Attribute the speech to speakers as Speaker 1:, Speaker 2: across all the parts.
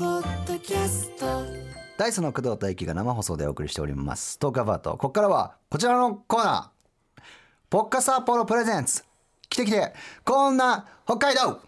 Speaker 1: キャスト
Speaker 2: ダイスの工藤大輝が生放送でお送りしております。ストーカーバート。ここからはこちらのコーナー。ポッカサッポロプレゼンツ。来て来て、こんな北海道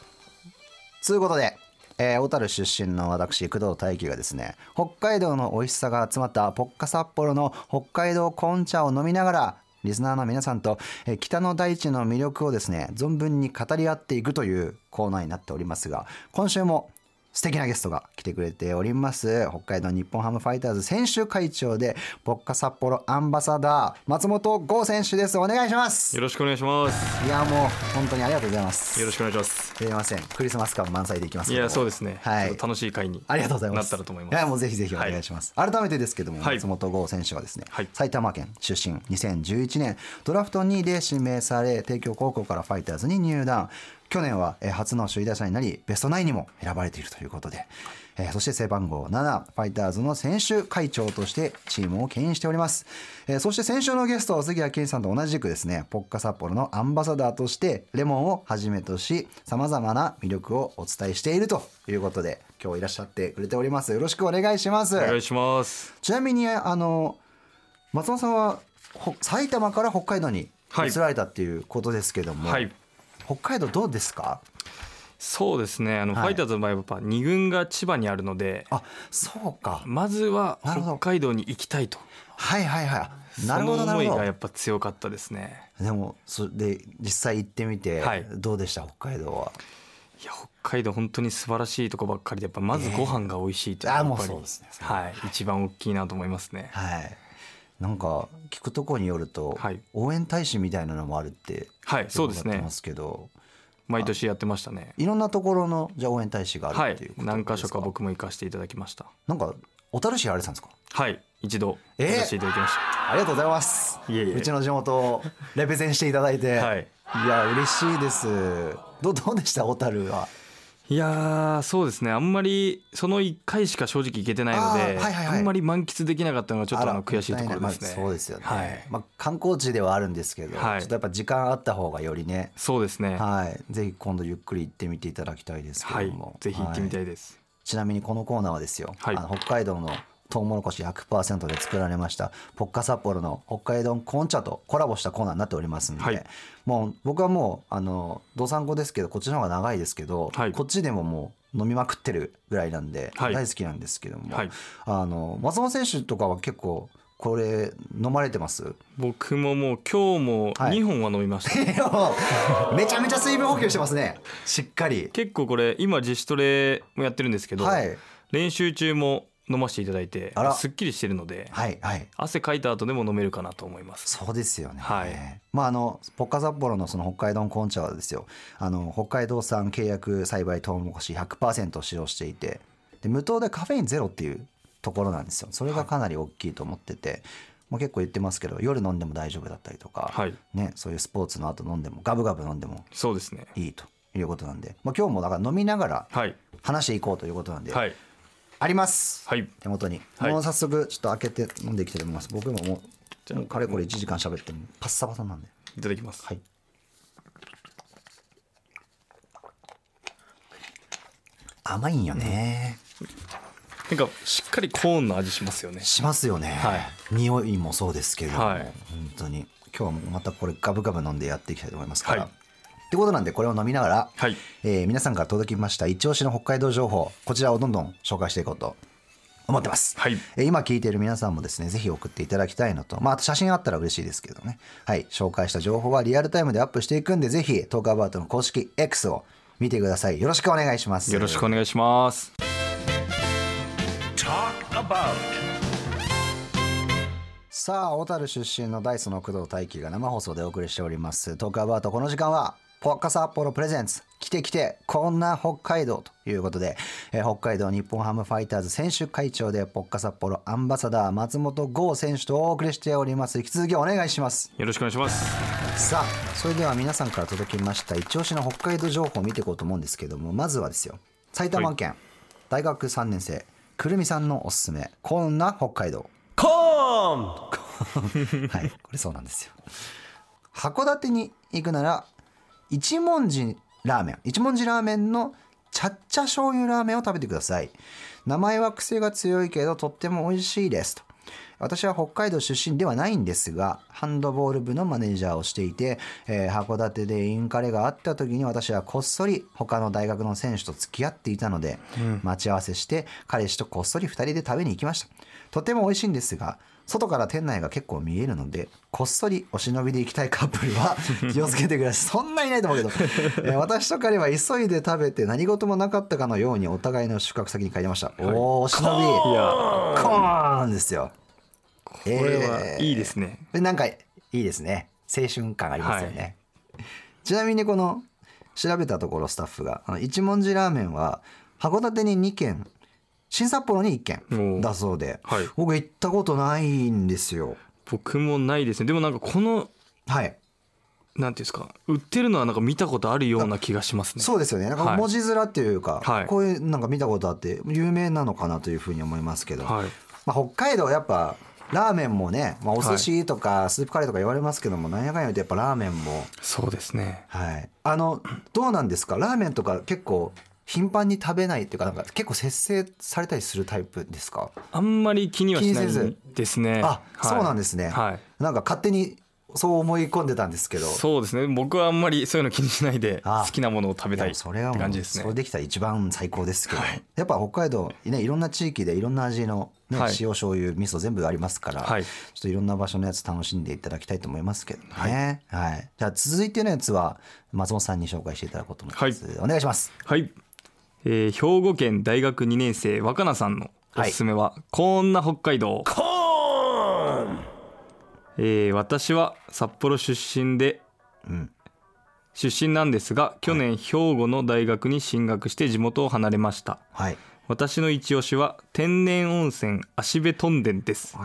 Speaker 2: ということで、えー小樽出身の私、工藤大輝がですね、北海道の美味しさが集まったポッカサッポロの北海道紅茶を飲みながら、リスナーの皆さんと、えー北の大地の魅力をですね、存分に語り合っていくというコーナーになっておりますが、今週も素敵なゲストが来てくれております北海道日本ハムファイターズ選手会長でポッカ札幌アンバサダー松本剛選手ですお願いします
Speaker 3: よろしくお願いします。
Speaker 2: いやもう本当にありがとうございます
Speaker 3: よろしくお願いします。
Speaker 2: すいませんクリスマス感満載でいきます
Speaker 3: い
Speaker 2: けども
Speaker 3: や、そうですね。
Speaker 2: はい
Speaker 3: ちょっと楽しい会に。
Speaker 2: ありがとうございます
Speaker 3: なったらと思い
Speaker 2: や
Speaker 3: ま
Speaker 2: もう
Speaker 3: す。
Speaker 2: ぜひぜひお願いします、改めてですけども、
Speaker 3: はい
Speaker 2: 松本剛選手はですね、
Speaker 3: はい
Speaker 2: 埼玉県出身2011年ドラフト2位で指名され帝京高校からファイターズに入団去年はえー初の首位打者になりベストナインにも選ばれているということで、えーそして背番号7ファイターズの選手会長としてチームを牽引しております、えーそして先週のゲスト杉谷健さんと同じくですねポッカ札幌のアンバサダーとしてレモンをはじめとしさまざまな魅力をお伝えしているということで今日いらっしゃってくれておりますよろしくお願いします
Speaker 3: お願いします。
Speaker 2: ちなみにあの松本さんはほ埼玉から北海道に
Speaker 3: はい
Speaker 2: 移られたっていうことですけども、
Speaker 3: はい。
Speaker 2: 北海道どうですか
Speaker 3: そうですね。あの、
Speaker 2: はい
Speaker 3: ファイターズの場合はやっぱ二軍が千葉にあるので、
Speaker 2: あそうか
Speaker 3: まずは
Speaker 2: なるほど
Speaker 3: 北海道に行きたいと。
Speaker 2: はいはいはいなるほど
Speaker 3: そ
Speaker 2: な
Speaker 3: の思
Speaker 2: る
Speaker 3: い
Speaker 2: ほ
Speaker 3: がや
Speaker 2: ど
Speaker 3: っぱ強かったですね。
Speaker 2: でもそれで実際行ってみて、
Speaker 3: はい
Speaker 2: どうでした北海道はい
Speaker 3: や、北海道本当に素晴らしいとこばっかりで、やっぱまずご飯が美味しいってい
Speaker 2: ええ
Speaker 3: のが
Speaker 2: あもう
Speaker 3: やっぱり
Speaker 2: そうですね
Speaker 3: はい。一番大きいなと思いますね。
Speaker 2: はいなんか聞くところによると、
Speaker 3: はい
Speaker 2: 応援大使みたいなのもあるって
Speaker 3: はい、そうです
Speaker 2: 伺って
Speaker 3: ね
Speaker 2: ま。すけど
Speaker 3: 毎年やってましたね。
Speaker 2: いろんなところのじゃあ応援大使があ
Speaker 3: は
Speaker 2: るってい。
Speaker 3: いう
Speaker 2: こと
Speaker 3: 何
Speaker 2: で
Speaker 3: 箇
Speaker 2: す
Speaker 3: 所
Speaker 2: か、
Speaker 3: か僕も行かせていただきました。
Speaker 2: なんか小樽市やられてたんですか
Speaker 3: はい。一度
Speaker 2: ええ
Speaker 3: 行かせていただきました。
Speaker 2: ありがとうございます。
Speaker 3: いえいえ
Speaker 2: うちの地元をレペゼンしていただいて、
Speaker 3: はい
Speaker 2: や嬉しいです。どうどうでした小樽は？
Speaker 3: いやーそうですねあんまりその1回しか正直いけてないので
Speaker 2: あー
Speaker 3: あ,、
Speaker 2: はいはいはい
Speaker 3: んまり満喫できなかったのがちょっとあの悔しいとこ
Speaker 2: あ
Speaker 3: ろですね、
Speaker 2: らもったいないまあそうですよね。
Speaker 3: はい
Speaker 2: まあ観光地ではあるんですけど、
Speaker 3: はい
Speaker 2: ちょっとやっぱ時間あった方がよりね。
Speaker 3: そうですねは
Speaker 2: はい、ぜひ今度ゆっくり行ってみていただきたいですけ
Speaker 3: い
Speaker 2: れども、
Speaker 3: ぜひ行ってみた
Speaker 2: はい
Speaker 3: です、
Speaker 2: ちなみにこのコーナーはですよ、
Speaker 3: はい
Speaker 2: あの北海道のトウモロコシ100%で作られましたポッカ札幌の北海道紅茶とコラボしたコーナーになっておりますんで、
Speaker 3: はい
Speaker 2: もう僕はもうあの道産子ですけどこっちの方が長いですけど、
Speaker 3: はい
Speaker 2: こっちでももう飲みまくってるぐらいなんで、
Speaker 3: はい
Speaker 2: 大好きなんですけども、
Speaker 3: はい
Speaker 2: あの松本選手とかは結構これ飲まれてます
Speaker 3: 僕ももう今日も
Speaker 2: はい
Speaker 3: 2本は飲み ました、
Speaker 2: いやもう めちゃめちゃ水分補給してますねしっかり。
Speaker 3: 結構これ今自主トレもやってるんですけど、
Speaker 2: はい
Speaker 3: 練習中も飲ませていただいて
Speaker 2: あら
Speaker 3: すっきりしてるので
Speaker 2: はいはい
Speaker 3: 汗かいた後でも飲めるかなと思います
Speaker 2: そうですよね。
Speaker 3: はい
Speaker 2: まああのポッカ札幌のその北海道紅茶はですよ。あの北海道産契約栽培トウモコシ100%使用していて、で無糖でカフェインゼロっていうところなんですよ。それがかなり大きいと思ってて、もう結構言ってますけど、夜飲んでも大丈夫だったりとか、
Speaker 3: はい
Speaker 2: ねそういうスポーツの後飲んでもガブガブ飲んでも
Speaker 3: そうですね
Speaker 2: いいということなんで、まあ今日もだから飲みながら
Speaker 3: はい
Speaker 2: 話していこうということなんで、
Speaker 3: はい
Speaker 2: あります。
Speaker 3: はい
Speaker 2: 手元に、
Speaker 3: はい
Speaker 2: もう早速ちょっと開けて飲んでいきたいと思います僕ももう
Speaker 3: じゃあ
Speaker 2: もうかれこれ1時間喋ってもパッサパサなんで
Speaker 3: いただきます、
Speaker 2: はい甘いんよね、
Speaker 3: なんかしっかりコーンの味しますよね
Speaker 2: しますよね、
Speaker 3: はい
Speaker 2: 匂いもそうですけれども、
Speaker 3: はい
Speaker 2: 本当に今日はもうまたこれガブガブ飲んでやっていきたいと思いますから、
Speaker 3: はい
Speaker 2: ってことなんでこれを飲みながら、
Speaker 3: はい
Speaker 2: えー皆さんから届きました一押しの北海道情報こちらをどんどん紹介していこうと思ってます、
Speaker 3: はい
Speaker 2: えー今聞いている皆さんもですねぜひ送っていただきたいのと、まあ、あと写真あったら嬉しいですけどね、はい、紹介した情報はリアルタイムでアップしていくんでぜひトークアバウトの公式 X を見てくださいよろしくお願いします
Speaker 3: よろしくお願いします。
Speaker 2: さあ小樽出身のダイスの工藤大輝が生放送でお送りしておりますトークアバートこの時間はポッカサッポロプレゼンツ来て来てこんな北海道ということで、えー北海道日本ハムファイターズ選手会長でポッカサッポロアンバサダー松本剛選手とお送りしております引き続きお願いします
Speaker 3: よろしくお願いします。
Speaker 2: さあそれでは皆さんから届きました一押しの北海道情報を見ていこうと思うんですけどもまずはですよ埼玉県、大学3年生くるみさんのおすすめこんな北海道
Speaker 4: コーン
Speaker 2: はい、これそうなんですよ。函館に行くなら一文字ラーメン一文字ラーメンの茶っ茶醤油ラーメンを食べてください名前は癖が強いけどとっても美味しいですと私は北海道出身ではないんですがハンドボール部のマネージャーをしていて、えー函館でインカレがあった時に私はこっそり他の大学の選手と付き合っていたので、待ち合わせして彼氏とこっそり2人で食べに行きましたとても美味しいんですが外から店内が結構見えるのでこっそりお忍びで行きたいカップルは 気をつけてくださいそんないないと思うけ ど、えー私と彼は急いで食べて何事もなかったかのようにお互いの宿泊先に帰りました、おーお忍び
Speaker 3: いや
Speaker 2: コーンですよ
Speaker 3: これはいいですね、
Speaker 2: でなんかいいですね青春感ありますよね、ちなみにこの調べたところスタッフがあの一文字ラーメンは函館に2軒新札幌に1軒だそうで、
Speaker 3: おーはい
Speaker 2: 僕行ったことないんですよ
Speaker 3: 僕もないですねでもなんかこの
Speaker 2: はい
Speaker 3: なんていうんですか売ってるのはなんか見たことあるような気がしますね
Speaker 2: そうですよねなんか
Speaker 3: はい
Speaker 2: 文字面っていうか、
Speaker 3: はい
Speaker 2: こういうなんか見たことあって有名なのかなというふうに思いますけど、
Speaker 3: はい
Speaker 2: まあ、北海道はやっぱラーメンもね、まあ、お寿司とかスープカレーとか言われますけども、なんやかんや言ってやっぱラーメンも
Speaker 3: そうですね
Speaker 2: はい、あのどうなんですかラーメンとか結構頻繁に食べないっていうかなんか結構節制されたりするタイプですか、
Speaker 3: あんまり気にはしな
Speaker 2: 気にせず
Speaker 3: いですね
Speaker 2: あ、そうなんですね、
Speaker 3: はい
Speaker 2: なんか勝手にそう思い込んでたんですけど
Speaker 3: そうですね僕はあんまりそういうの気にしないで
Speaker 2: あ
Speaker 3: 好きなものを食べ
Speaker 2: いや
Speaker 3: た
Speaker 2: も
Speaker 3: いっ
Speaker 2: う
Speaker 3: て
Speaker 2: それはも
Speaker 3: 感
Speaker 2: う
Speaker 3: じです
Speaker 2: それ
Speaker 3: ね
Speaker 2: できたら一番最高ですけど、やっぱ北海道ねいろんな地域でいろんな味の、ね
Speaker 3: はい
Speaker 2: 塩醤油味噌全部ありますから、
Speaker 3: はい
Speaker 2: ちょっといろんな場所のやつ楽しんでいただきたいと思いますけどね、はいじゃあ続いてのやつは松本さんに紹介していただこうと思います、お願いします
Speaker 3: はい、えー兵庫県大学2年生若菜さんのおすすめは、こんな北海道えー私は札幌出身で、
Speaker 2: うん
Speaker 3: 出身なんですが去年兵庫の大学に進学して地元を離れました
Speaker 2: はい
Speaker 3: 私の一押しは天然温泉足部トンデンです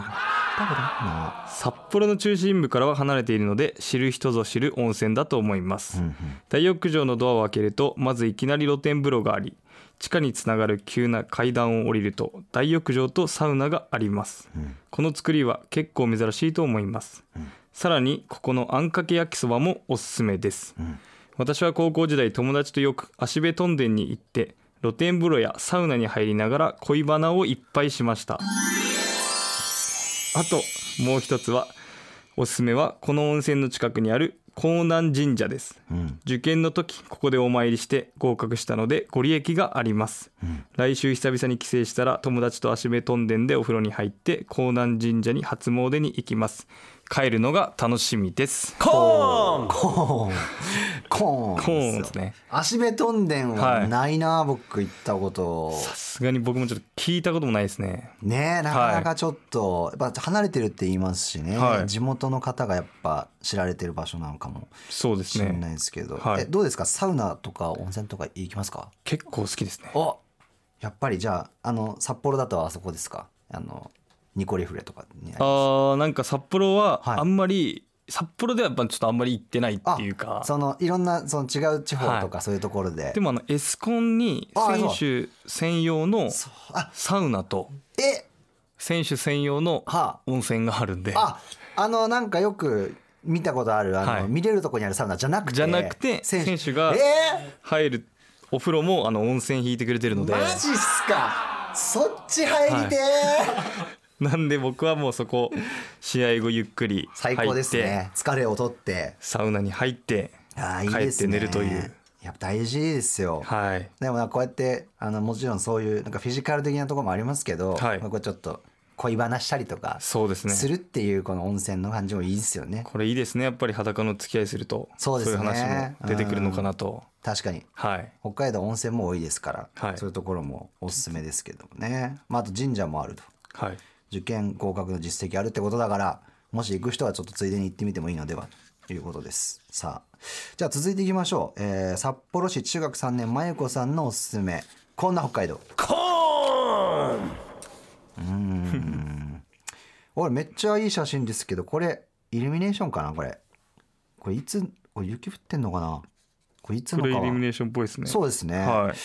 Speaker 3: 札幌の中心部からは離れているので知る人ぞ知る温泉だと思います、
Speaker 2: うんうん
Speaker 3: 大浴場のドアを開けるとまずいきなり露天風呂があり地下につながる急な階段を降りると大浴場とサウナがあります、
Speaker 2: ん
Speaker 3: この作りは結構珍しいと思います、さらにここのあんかけ焼きそばもおすすめです、
Speaker 2: ん
Speaker 3: 私は高校時代友達とよく足部トンデンに行って露天風呂やサウナに入りながら恋バナをいっぱいしましたあともう一つはおすすめはこの温泉の近くにある江南神社です
Speaker 2: うん
Speaker 3: 受験の時ここでお参りして合格したのでご利益があります、来週久々に帰省したら友達と足部とんでんでお風呂に入って江南神社に初詣に行きます帰るのが楽しみです
Speaker 4: コーン
Speaker 2: コーン。コーン。
Speaker 3: コーンです。ね
Speaker 2: 足部トンデン
Speaker 3: は
Speaker 2: はいないな、僕行ったこと。
Speaker 3: さすがに僕もちょっと聞いたこともないですね
Speaker 2: ねえなかなかちょっと、やっぱ離れてるって言いますしね、
Speaker 3: はい
Speaker 2: 地元の方がやっぱ知られてる場所なのかも
Speaker 3: そうです
Speaker 2: しれない
Speaker 3: ね
Speaker 2: ですけど、
Speaker 3: はい
Speaker 2: えどうですかサウナとか温泉とか行きますか
Speaker 3: 結構好きですね
Speaker 2: おやっぱりじゃああの札幌だとあそこですかあのニコリフレとかになり
Speaker 3: あ
Speaker 2: ます
Speaker 3: ーなんか札幌は
Speaker 2: はい
Speaker 3: あんまり、札幌ではやっぱちょっとあんまり行ってないっていうか
Speaker 2: そのいろんなその違う地方とかそういうところで、
Speaker 3: でもあのエスコンに
Speaker 2: あー
Speaker 3: 選手専用の
Speaker 2: そうあ
Speaker 3: サウナと
Speaker 2: え
Speaker 3: 選手専用の
Speaker 2: はあ
Speaker 3: 温泉があるんで
Speaker 2: ああのなんかよく見たことあるあの、
Speaker 3: はい
Speaker 2: 見れるとこにあるサウナじゃなくて
Speaker 3: じゃなくて
Speaker 2: 選手
Speaker 3: 選手が
Speaker 2: え
Speaker 3: 入るお風呂もあの温泉引いてくれてるの
Speaker 2: ー、
Speaker 3: で
Speaker 2: マジっすかそっち入りてー、
Speaker 3: なんで僕はもうそこ試合後ゆっくり
Speaker 2: 最
Speaker 3: 入
Speaker 2: 高で
Speaker 3: っ
Speaker 2: す
Speaker 3: て
Speaker 2: ね疲れを取って
Speaker 3: サウナに入って
Speaker 2: あーいい
Speaker 3: 帰
Speaker 2: で
Speaker 3: っ
Speaker 2: す
Speaker 3: て
Speaker 2: ね
Speaker 3: 寝るという
Speaker 2: やっぱ大事ですよ、
Speaker 3: はい
Speaker 2: でもなんかこうやってあのもちろんそういうなんかフィジカル的なところもありますけど、
Speaker 3: はい
Speaker 2: まあこうちょっと恋話したりとか
Speaker 3: そうですね
Speaker 2: するっていうこの温泉の感じもいいですよね
Speaker 3: これいいですねやっぱり裸の付き合いすると
Speaker 2: そうですね
Speaker 3: いう話も出てくるのかなと
Speaker 2: 確かに
Speaker 3: はい
Speaker 2: 北海道温泉も多いですから、
Speaker 3: はい
Speaker 2: そういうところもおすすめですけどもね、まあ、あと神社もあると
Speaker 3: はい
Speaker 2: 受験合格の実績あるってことだからもし行く人はちょっとついでに行ってみてもいいのではということですさあじゃあ続いていきましょう、えー札幌市中学3年まゆこさんのおすすめこんな北海道
Speaker 4: コーン
Speaker 2: おいめっちゃいい写真ですけどこれイルミネーションかなこれこれいつこれ雪降ってんのかなこれいつ
Speaker 3: こ
Speaker 2: の
Speaker 3: れイ
Speaker 2: か
Speaker 3: ルミ
Speaker 2: は
Speaker 3: ネーションっぽいですね
Speaker 2: そうですね、
Speaker 3: はい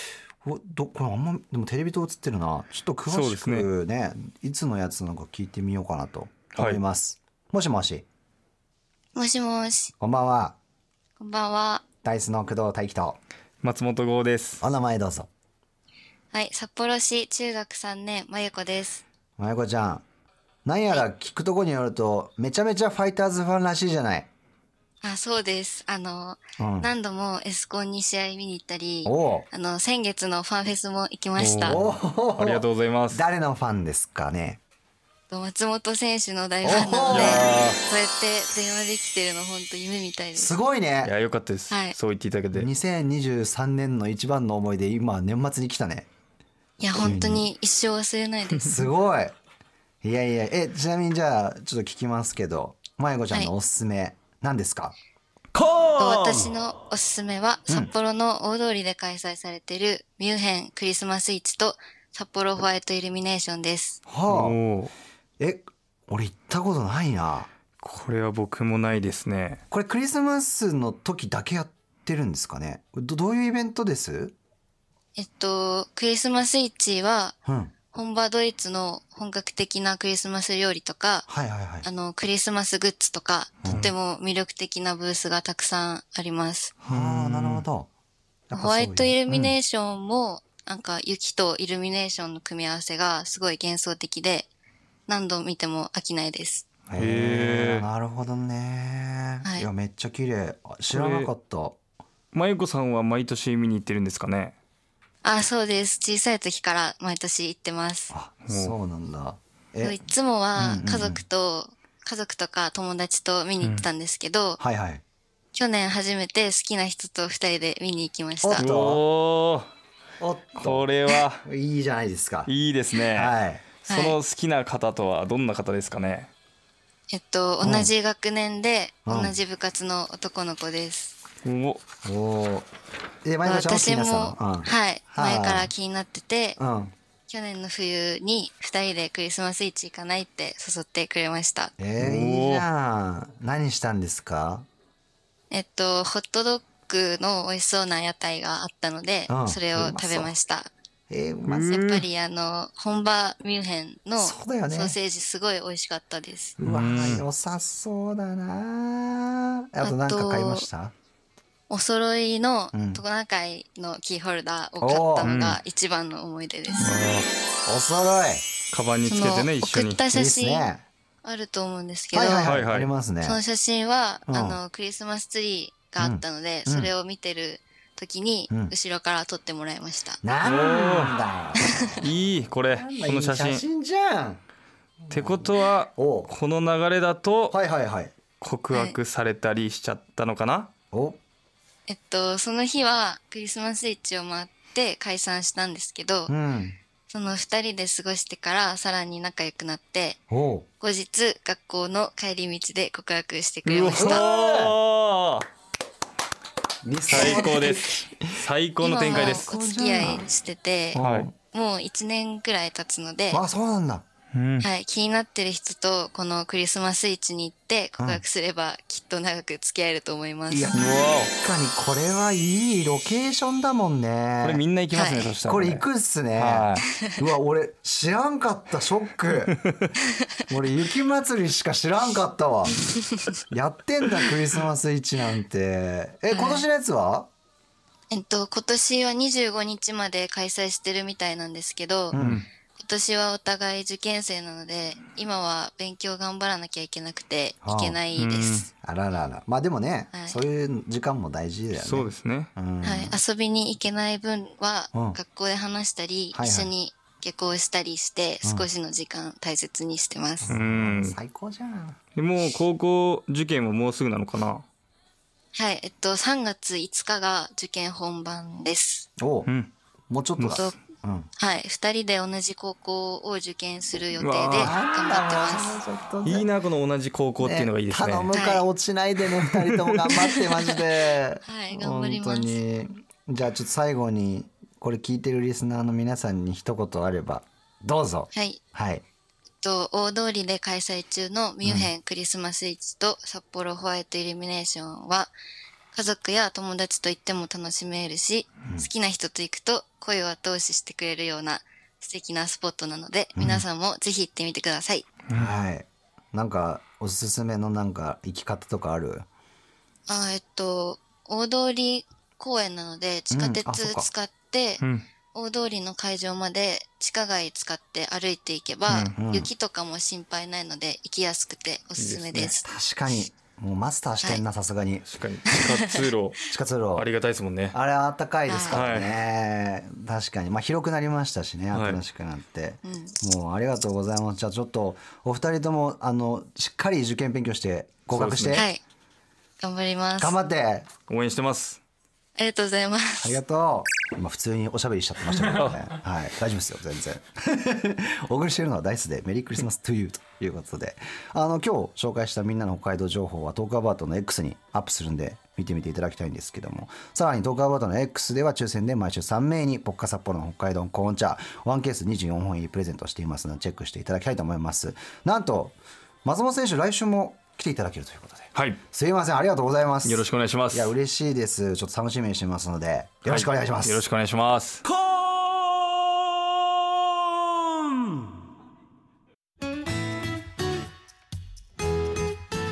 Speaker 2: おどこれあんまでもテレビと映ってるなちょっと詳
Speaker 3: そう
Speaker 2: し
Speaker 3: です
Speaker 2: くねいつのやつなのか聞いてみようかなと思います、もしもし
Speaker 1: もしもし、
Speaker 2: こんばんは
Speaker 1: こんばんは。
Speaker 2: ダイスの工藤大輝と
Speaker 3: 松本剛です
Speaker 2: お名前どうぞ
Speaker 1: はい、札幌市中学3年、まゆこです。
Speaker 2: まゆこちゃんなんやら聞くとこによるとめちゃめちゃファイターズファンらしいじゃない、
Speaker 1: あ、そうです。あの、
Speaker 2: うん、
Speaker 1: 何度もエスコンに試合見に行ったり、
Speaker 2: おう
Speaker 1: あの、先月のファンフェスも行きました。
Speaker 2: お
Speaker 3: ありがとう
Speaker 2: う
Speaker 3: ございます。
Speaker 2: 誰のファンですかね
Speaker 1: と松本選手の大ファンな
Speaker 2: お
Speaker 1: の
Speaker 2: ー
Speaker 1: で、
Speaker 2: い
Speaker 1: こ
Speaker 2: や
Speaker 1: うやって電話できてるの本当夢みたいです。
Speaker 2: すごい
Speaker 3: い
Speaker 2: ね
Speaker 3: や良かったです、
Speaker 1: はい
Speaker 3: そう言っていただけて。
Speaker 2: 2023年の一番の思い出今年末に来たね
Speaker 1: いや、本当に一生忘れないです。
Speaker 2: すごいいやいやえちなみにじゃあちょっと聞きますけどまゆこちゃん
Speaker 1: は
Speaker 2: の
Speaker 1: い
Speaker 2: おすすめ何ですか、
Speaker 1: と
Speaker 4: Come!
Speaker 1: 私のおすすめは、札幌の大通りで開催されているミュンヘンクリスマスイチと札幌ホワイトイルミネーションです。
Speaker 2: はあ
Speaker 3: おー
Speaker 2: え俺行ったことないな
Speaker 3: これは僕もないですね。
Speaker 2: これクリスマスの時だけやってるんですかねどどういうイベントです
Speaker 1: えっと、クリスマスイチは、
Speaker 2: うんはい
Speaker 1: 本場ドイツの本格的なクリスマス料理とか、
Speaker 2: はいはい
Speaker 1: あの、クリスマスグッズとか、とっても魅力的なブースがたくさんあります。
Speaker 2: はあなるほどやっぱそういう
Speaker 1: ホワイトイルミ
Speaker 2: うん
Speaker 1: ネーションも、なんか雪とイルミネーションの組み合わせがすごい幻想的で、何度見ても飽きないです。
Speaker 2: へ
Speaker 3: へ
Speaker 2: え
Speaker 3: え
Speaker 2: なるほどね、、
Speaker 1: はいい
Speaker 2: やめっちゃ綺麗あ知らなかった
Speaker 3: まゆこさんは毎年見に行ってるんですかね。
Speaker 1: あ、そうです。小さい時から毎年行ってます。
Speaker 2: あ
Speaker 3: うん
Speaker 2: そうなんだえ
Speaker 1: いつも
Speaker 2: う
Speaker 1: は
Speaker 2: んうんうん
Speaker 1: 家族と、家族とか友達と見に行ってたんですけど、
Speaker 2: はいはい
Speaker 1: 去年初めて好きな人と二人で見に行きまし
Speaker 2: お
Speaker 1: た
Speaker 2: っ。
Speaker 3: おお
Speaker 2: おっ
Speaker 3: これは
Speaker 2: いいじゃないですか
Speaker 3: いいですね。
Speaker 2: はい
Speaker 3: その好きな方とはどんな方ですかね。
Speaker 1: えっと、
Speaker 2: うん
Speaker 1: 同じ学年で、
Speaker 2: うん
Speaker 1: 同じ部活の男の子です。
Speaker 3: お
Speaker 2: おおーで前田ちゃんも気
Speaker 1: 私
Speaker 2: にな
Speaker 1: も、
Speaker 2: ってたの
Speaker 1: はい、
Speaker 2: は
Speaker 1: 前
Speaker 2: い
Speaker 1: から気になってて、
Speaker 2: うん、うん、
Speaker 1: 去年の冬に二人でクリスマスイチ行かないって誘ってくれました。
Speaker 2: えー、いいじゃん何したんですか
Speaker 1: えっと、ホットドッグの美味しそうな屋台があったので
Speaker 2: う、ん
Speaker 1: それを食べました。
Speaker 2: えー、うまそう
Speaker 1: やっぱりあの、本場ミュンヘンのソ
Speaker 2: そうだよね
Speaker 1: ーセージすごい美味しかったです。
Speaker 2: うわ
Speaker 3: うん
Speaker 2: 良さそうだなあと何か買いました
Speaker 1: お揃いの
Speaker 2: うん
Speaker 1: トナカイのキーホルダーを買ったのが一番の思い出です。
Speaker 2: お揃い
Speaker 3: カバンにつ
Speaker 1: そ
Speaker 3: け
Speaker 1: の
Speaker 3: てね一緒
Speaker 1: 送っ
Speaker 3: に。
Speaker 1: た
Speaker 2: いい
Speaker 1: 写
Speaker 2: です
Speaker 1: 真
Speaker 2: ね
Speaker 1: あると思うんですけど、
Speaker 2: はいはいはい、
Speaker 3: はいはい
Speaker 2: ありますね
Speaker 1: その写真は、
Speaker 2: うん
Speaker 1: あのクリスマスツリーがあったので、
Speaker 2: うん
Speaker 1: それを見てる時に、
Speaker 2: うん
Speaker 1: 後ろから撮ってもらいました。
Speaker 2: なんだ
Speaker 3: いいこれ
Speaker 2: よ
Speaker 3: この写
Speaker 2: いい写
Speaker 3: 真。
Speaker 2: 真じゃん
Speaker 3: ってことは
Speaker 2: おう
Speaker 3: この流れだと
Speaker 2: はいはいはい
Speaker 3: 告白されたりしちゃったのかな。
Speaker 2: お
Speaker 1: えっとその日はクリスマスイッチを回って解散したんですけど、
Speaker 2: うん
Speaker 1: その二人で過ごしてからさらに仲良くなって、
Speaker 2: おう
Speaker 1: 後日学校の帰り道で告白してくれ
Speaker 3: う
Speaker 1: ました。
Speaker 3: おー
Speaker 2: 理想
Speaker 3: 最高です。最高の展開です。
Speaker 1: 今はお付き合いしてて、
Speaker 3: はい。
Speaker 1: もう一年くらい経つので、
Speaker 2: あそうなんだ
Speaker 3: うん
Speaker 1: はい、気になってる人とこのクリスマスイチに行って告白すればきっと長く付き合えると思います。
Speaker 2: いや
Speaker 3: う
Speaker 2: 確かにこれはいいロケーションだもんね
Speaker 3: わこれみんな行きますね、
Speaker 1: はい
Speaker 3: そしたら
Speaker 2: こ
Speaker 3: ね、
Speaker 2: れ行くっすね、
Speaker 3: は
Speaker 2: うわ俺知らんかったショック俺雪祭りしか知らんかったわやってんだクリスマスイチなんてえ今年のやつは、
Speaker 1: えっと、今年は25日まで開催してるみたいなんですけど、今年はお互い受験生なので、今は勉強頑張らなきゃいけなくて
Speaker 2: ああ
Speaker 1: いけないです。
Speaker 2: あらららまあでもね、
Speaker 1: はい
Speaker 2: そういう時間も大事だよね
Speaker 3: そうですね。
Speaker 2: うん
Speaker 1: はい、遊びに行けない分は
Speaker 2: うん
Speaker 1: 学校で話したり、
Speaker 2: はいはい
Speaker 1: 一緒に下校したりして、少しの時間大切にしてます。
Speaker 3: うん。
Speaker 2: 最高じゃん
Speaker 3: でもう高校受験ももうすぐなのかな。
Speaker 1: はい、えっと、3月5日が受験本番です。
Speaker 2: おう
Speaker 3: うん。
Speaker 2: もうちょっとだ、
Speaker 1: そう
Speaker 2: うん
Speaker 1: はい、二人で同じ高校を受験する予定で
Speaker 3: うわ
Speaker 1: 頑
Speaker 3: ー
Speaker 1: 張ってます。。
Speaker 2: ます
Speaker 3: いいなこの同じ高校っていうのがいいですね。
Speaker 2: 頼むから落ちないでね、二人とも頑張ってマジで
Speaker 1: はい頑張ります
Speaker 2: 本当に。じゃあちょっと最後にこれ聞いてるリスナーの皆さんに一言あればどうぞ。
Speaker 1: はい、え
Speaker 2: はい。
Speaker 1: っと、大通りで開催中のミュンヘンクリスマスイチと札幌ホワイトイルミネーションは、家族や友達と行っても楽しめるし、好きな人と行くと恋を後押ししてくれるような素敵なスポットなので、皆さんもぜひ行ってみてください。
Speaker 2: はい。なんかおすすめのなんか生き方とかある？
Speaker 1: あーえっと、大通り公園なので、地下
Speaker 2: うんあそっ
Speaker 1: 鉄
Speaker 2: か
Speaker 1: 使って、
Speaker 3: うん。
Speaker 1: 大通りの会場まで地下街使って歩いていけば、
Speaker 2: うんうん
Speaker 1: 雪とかも心配ないので行きやすくておすすめです。
Speaker 2: 確かにもうマスターしてんなさすがに
Speaker 3: 確かに地下通路
Speaker 2: 地下通路
Speaker 3: ありがたいですもんね
Speaker 2: あれあったかいですからね、確かにまあ広くなりましたしね
Speaker 3: はい
Speaker 2: 新しくなって、
Speaker 1: うん
Speaker 2: もうありがとうございますじゃあちょっとお二人ともあのしっかり受験勉強して合格して、
Speaker 3: そうです
Speaker 1: はい。頑張ります。
Speaker 2: 頑張って
Speaker 3: 応援してます
Speaker 1: ありがとうございま
Speaker 2: あ
Speaker 1: す。
Speaker 2: りがとう今普通におしゃべりしちゃってましたけどねはい大丈夫ですよ全 然お送りしているのはダイスでメリークリスマス to you ということであの今日紹介したみんなの北海道情報はトークアバートの X にアップするんで見てみていただきたいんですけどもさらにトークアバートの X では抽選で毎週3名にポッカ札幌の北海道コーン茶ワンケース24本入りプレゼントしていますのでチェックしていただきたいと思いますなんと松本選手来週も来ていただけるということで
Speaker 3: はい
Speaker 2: すいませんありがとうございます
Speaker 3: よろしくお願いします
Speaker 2: いや嬉しいですちょっと楽しみにしてますのでよろしくお願いします、
Speaker 3: はよろしくお願いします
Speaker 4: コーン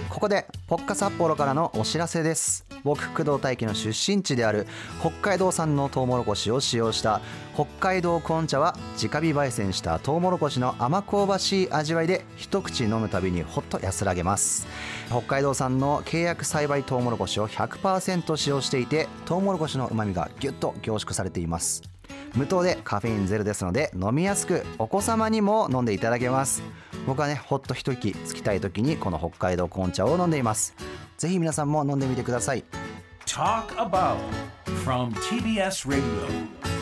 Speaker 2: ここでポッカ札幌からのお知らせです僕工藤大輝の出身地である北海道産のトウモロコシを使用した北海道コーン茶は直火焙煎したトウモロコシの甘香ばしい味わいで一口飲むたびにほっと安らげます北海道産の契約栽培トウモロコシを100%使用していてトウモロコシの旨味がギュッと凝縮されています無糖でカフェインゼロですので飲みやすくお子様にも飲んでいただけます僕はねほっと一息つきたい時にこの北海道紅茶を飲んでいますぜひ皆さんも飲んでみてください
Speaker 4: Talk about from TBS Radio.